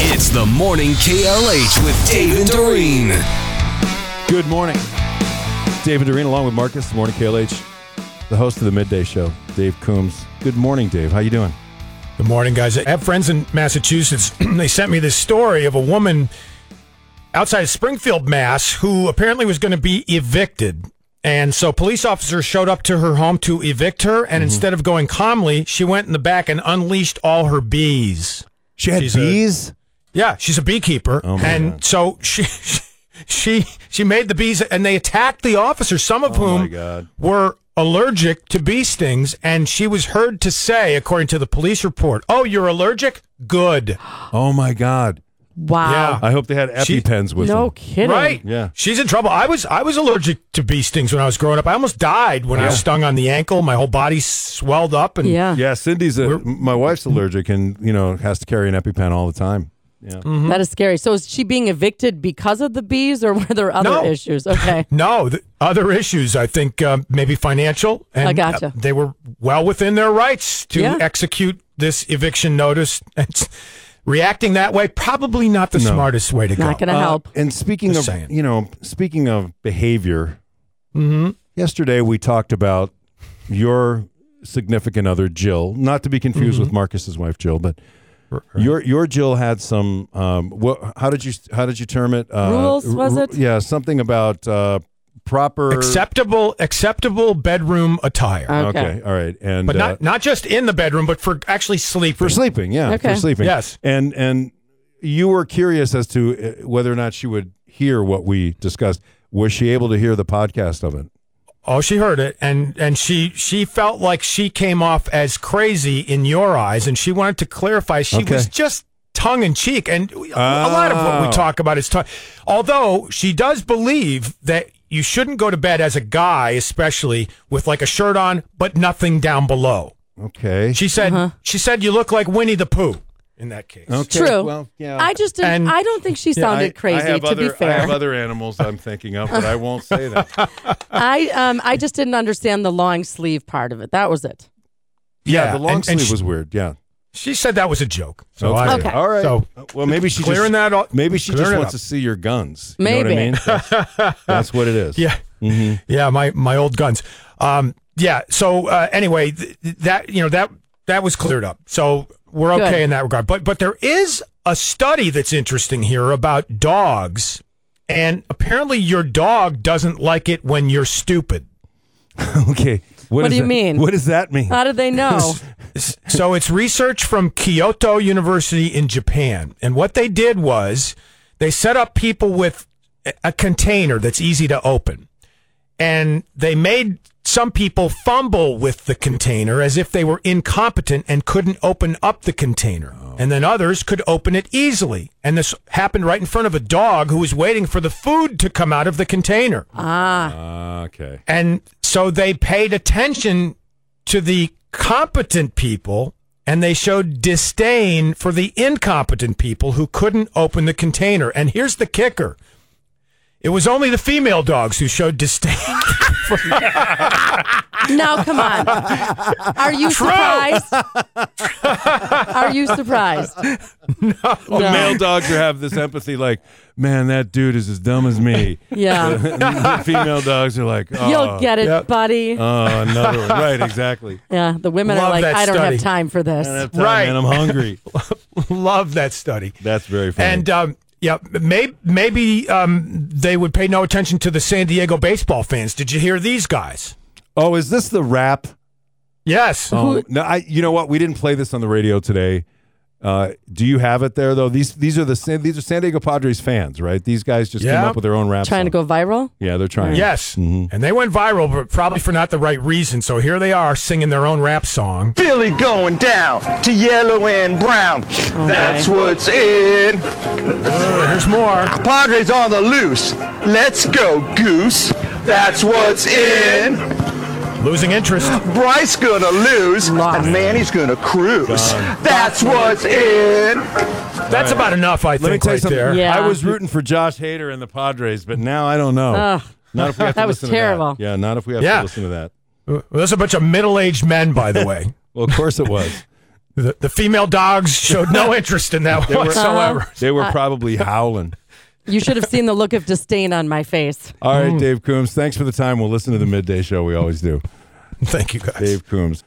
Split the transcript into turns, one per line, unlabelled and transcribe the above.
It's the morning KLH with Dave and Doreen.
Good morning. David Doreen along with Marcus, the morning KLH, the host of the midday show, Dave Coombs. Good morning, Dave. How you doing?
Good morning, guys. I have friends in Massachusetts. they sent me this story of a woman outside of Springfield, Mass, who apparently was going to be evicted. And so police officers showed up to her home to evict her. And instead of going calmly, she went in the back and unleashed all her bees.
She had
She's a-
bees?
Yeah, she's a beekeeper,
Oh, my
and
God.
so she she she made the bees, and they attacked the officers, some of
Oh, my
whom
God.
were allergic to bee stings. And she was heard to say, according to the police report, "Oh, you're allergic? Good,
oh my God.
Yeah.
Wow.
I hope they had
She-
EpiPens with
No
them.
kidding.
right?
Yeah.
She's in trouble. I was I was allergic to bee stings when I was growing up. I almost died when I was stung on the ankle. My whole body swelled up, and
Yeah.
Yeah, Cindy's a, my wife's allergic and you know has to carry an EpiPen all the time. Mm-hmm.
That is scary. So is she being evicted because of the bees or were there other
No.
issues? Okay.
No, the other issues. I think uh, maybe financial. And,
I gotcha.
uh, they were well within their rights to
Yeah.
execute this eviction notice. It's- reacting that way probably not the smartest way to go.
Not going to
Uh,
help.
And speaking
Just
of
saying.
you know, speaking of behavior,
Mm-hmm.
yesterday we talked about your significant other Jill, not to be confused
Mm-hmm.
with Marcus's wife Jill, but your your Jill had some um, what? How did you how did you term it? Uh,
Rules, was it?
Yeah, something about uh, proper.
acceptable, acceptable bedroom attire,
Okay.
Okay.
all right, and
but
uh,
not not just in the bedroom, but for actually sleeping.
for sleeping. Yeah,
Okay.
for sleeping.
Yes.
and and you were curious as to uh, whether or not she would hear what we discussed. Was she able to hear the podcast of it?
Oh, she heard it, and and she she felt like she came off as crazy in your eyes, and she wanted to clarify she
Okay.
was just tongue in cheek, and a lot of what
Oh.
we talk about is tongue. Although she does believe that you shouldn't go to bed as a guy, especially with like a shirt on but nothing down below.
Okay.
She said she said you look like Winnie the Pooh in that case.
Uh-huh. okay.
True.
Well, yeah.
I just didn't,
And-
I don't think she
I-
sounded crazy
I have
to
other,
be
I have
fair.
other animals I'm thinking of, but I won't say that. yeah,
I um I just didn't understand the long sleeve part of it. That was it.
the long
and-
sleeve
and she,
was weird. Yeah.
She said that was a joke. So I,
Okay.
All right.
So
well, maybe she
clearing
just,
that up.
Maybe she just
clearing it
wants
up.
to see your guns. You
Maybe.
know what I mean? That's, that's what it is.
Yeah. Yeah, my my old guns. Um, yeah. So uh, anyway, th- th- that you know that that was cleared up. So we're okay
Good.
in that regard. But but there is a study that's interesting here about dogs, and apparently your dog doesn't like it when you're stupid.
Okay.
What
is
do you
that-
mean? Uh,
What does that mean?
How did they know?
So it's research from Kyoto University in Japan. And what they did was they set up people with a- a container that's easy to open. And they made some people fumble with the container as if they were incompetent and couldn't open up the container. And then others could open it easily. And this happened right in front of a dog who was waiting for the food to come out of the container.
okay.
And so they paid attention to the competent people and they showed disdain for the incompetent people who couldn't open the container. And here's the kicker it was only the female dogs who showed disdain.
now come on. Are you surprised? Are you surprised? No.
Male dogs who have this empathy, like, man, that dude is as dumb as me.
Yeah.
Female dogs are like, oh,
You'll get it,
Yep.
buddy.
oh, another one. Right, exactly.
yeah. The women
Love
are like,
that
I don't
study.
have time for this.
I don't have time,
Right.
man. I'm hungry.
Love that study.
That's very funny.
And um, yeah, may- maybe um, they would pay no attention to the San Diego baseball fans. Did you hear these guys?
oh, is this the rap?
Yes.
Um, no, I. You know what? We didn't play this on the radio today. Uh, do you have it there though? These these are the San- these are San Diego Padres fans, right? These guys just came
Yeah.
up with their own rap.
Trying to
song.
go viral?
Yeah, they're trying.
Yes. And they went viral, but probably for not the right reason. So here they are singing their own rap song.
Philly going down to yellow and brown. That's what's in.
There's more.
Padres on the loose. Let's go, Goose. That's what's in.
Losing interest.
Bryce gonna lose,
Lost.
and Manny's gonna cruise. That's what's in.
That's about enough, I
Let me
think,
tell you
right
something.
there.
Yeah.
I was rooting for Josh Hader and the Padres, but now I don't know.
Ugh.
Not if we have to
That was
listen
terrible.
To that. Yeah, not if we have
Yeah.
to listen to that.
Well, There's a bunch of middle aged men, by the way.
Well, of course it was.
The, the female dogs showed no interest in that whatsoever.
They were probably howling.
You should have seen the look of disdain on my face.
Mm. All right, Dave Coombs, thanks for the time. We'll listen to the midday show. We always do.
Thank you, guys.
Dave Coombs.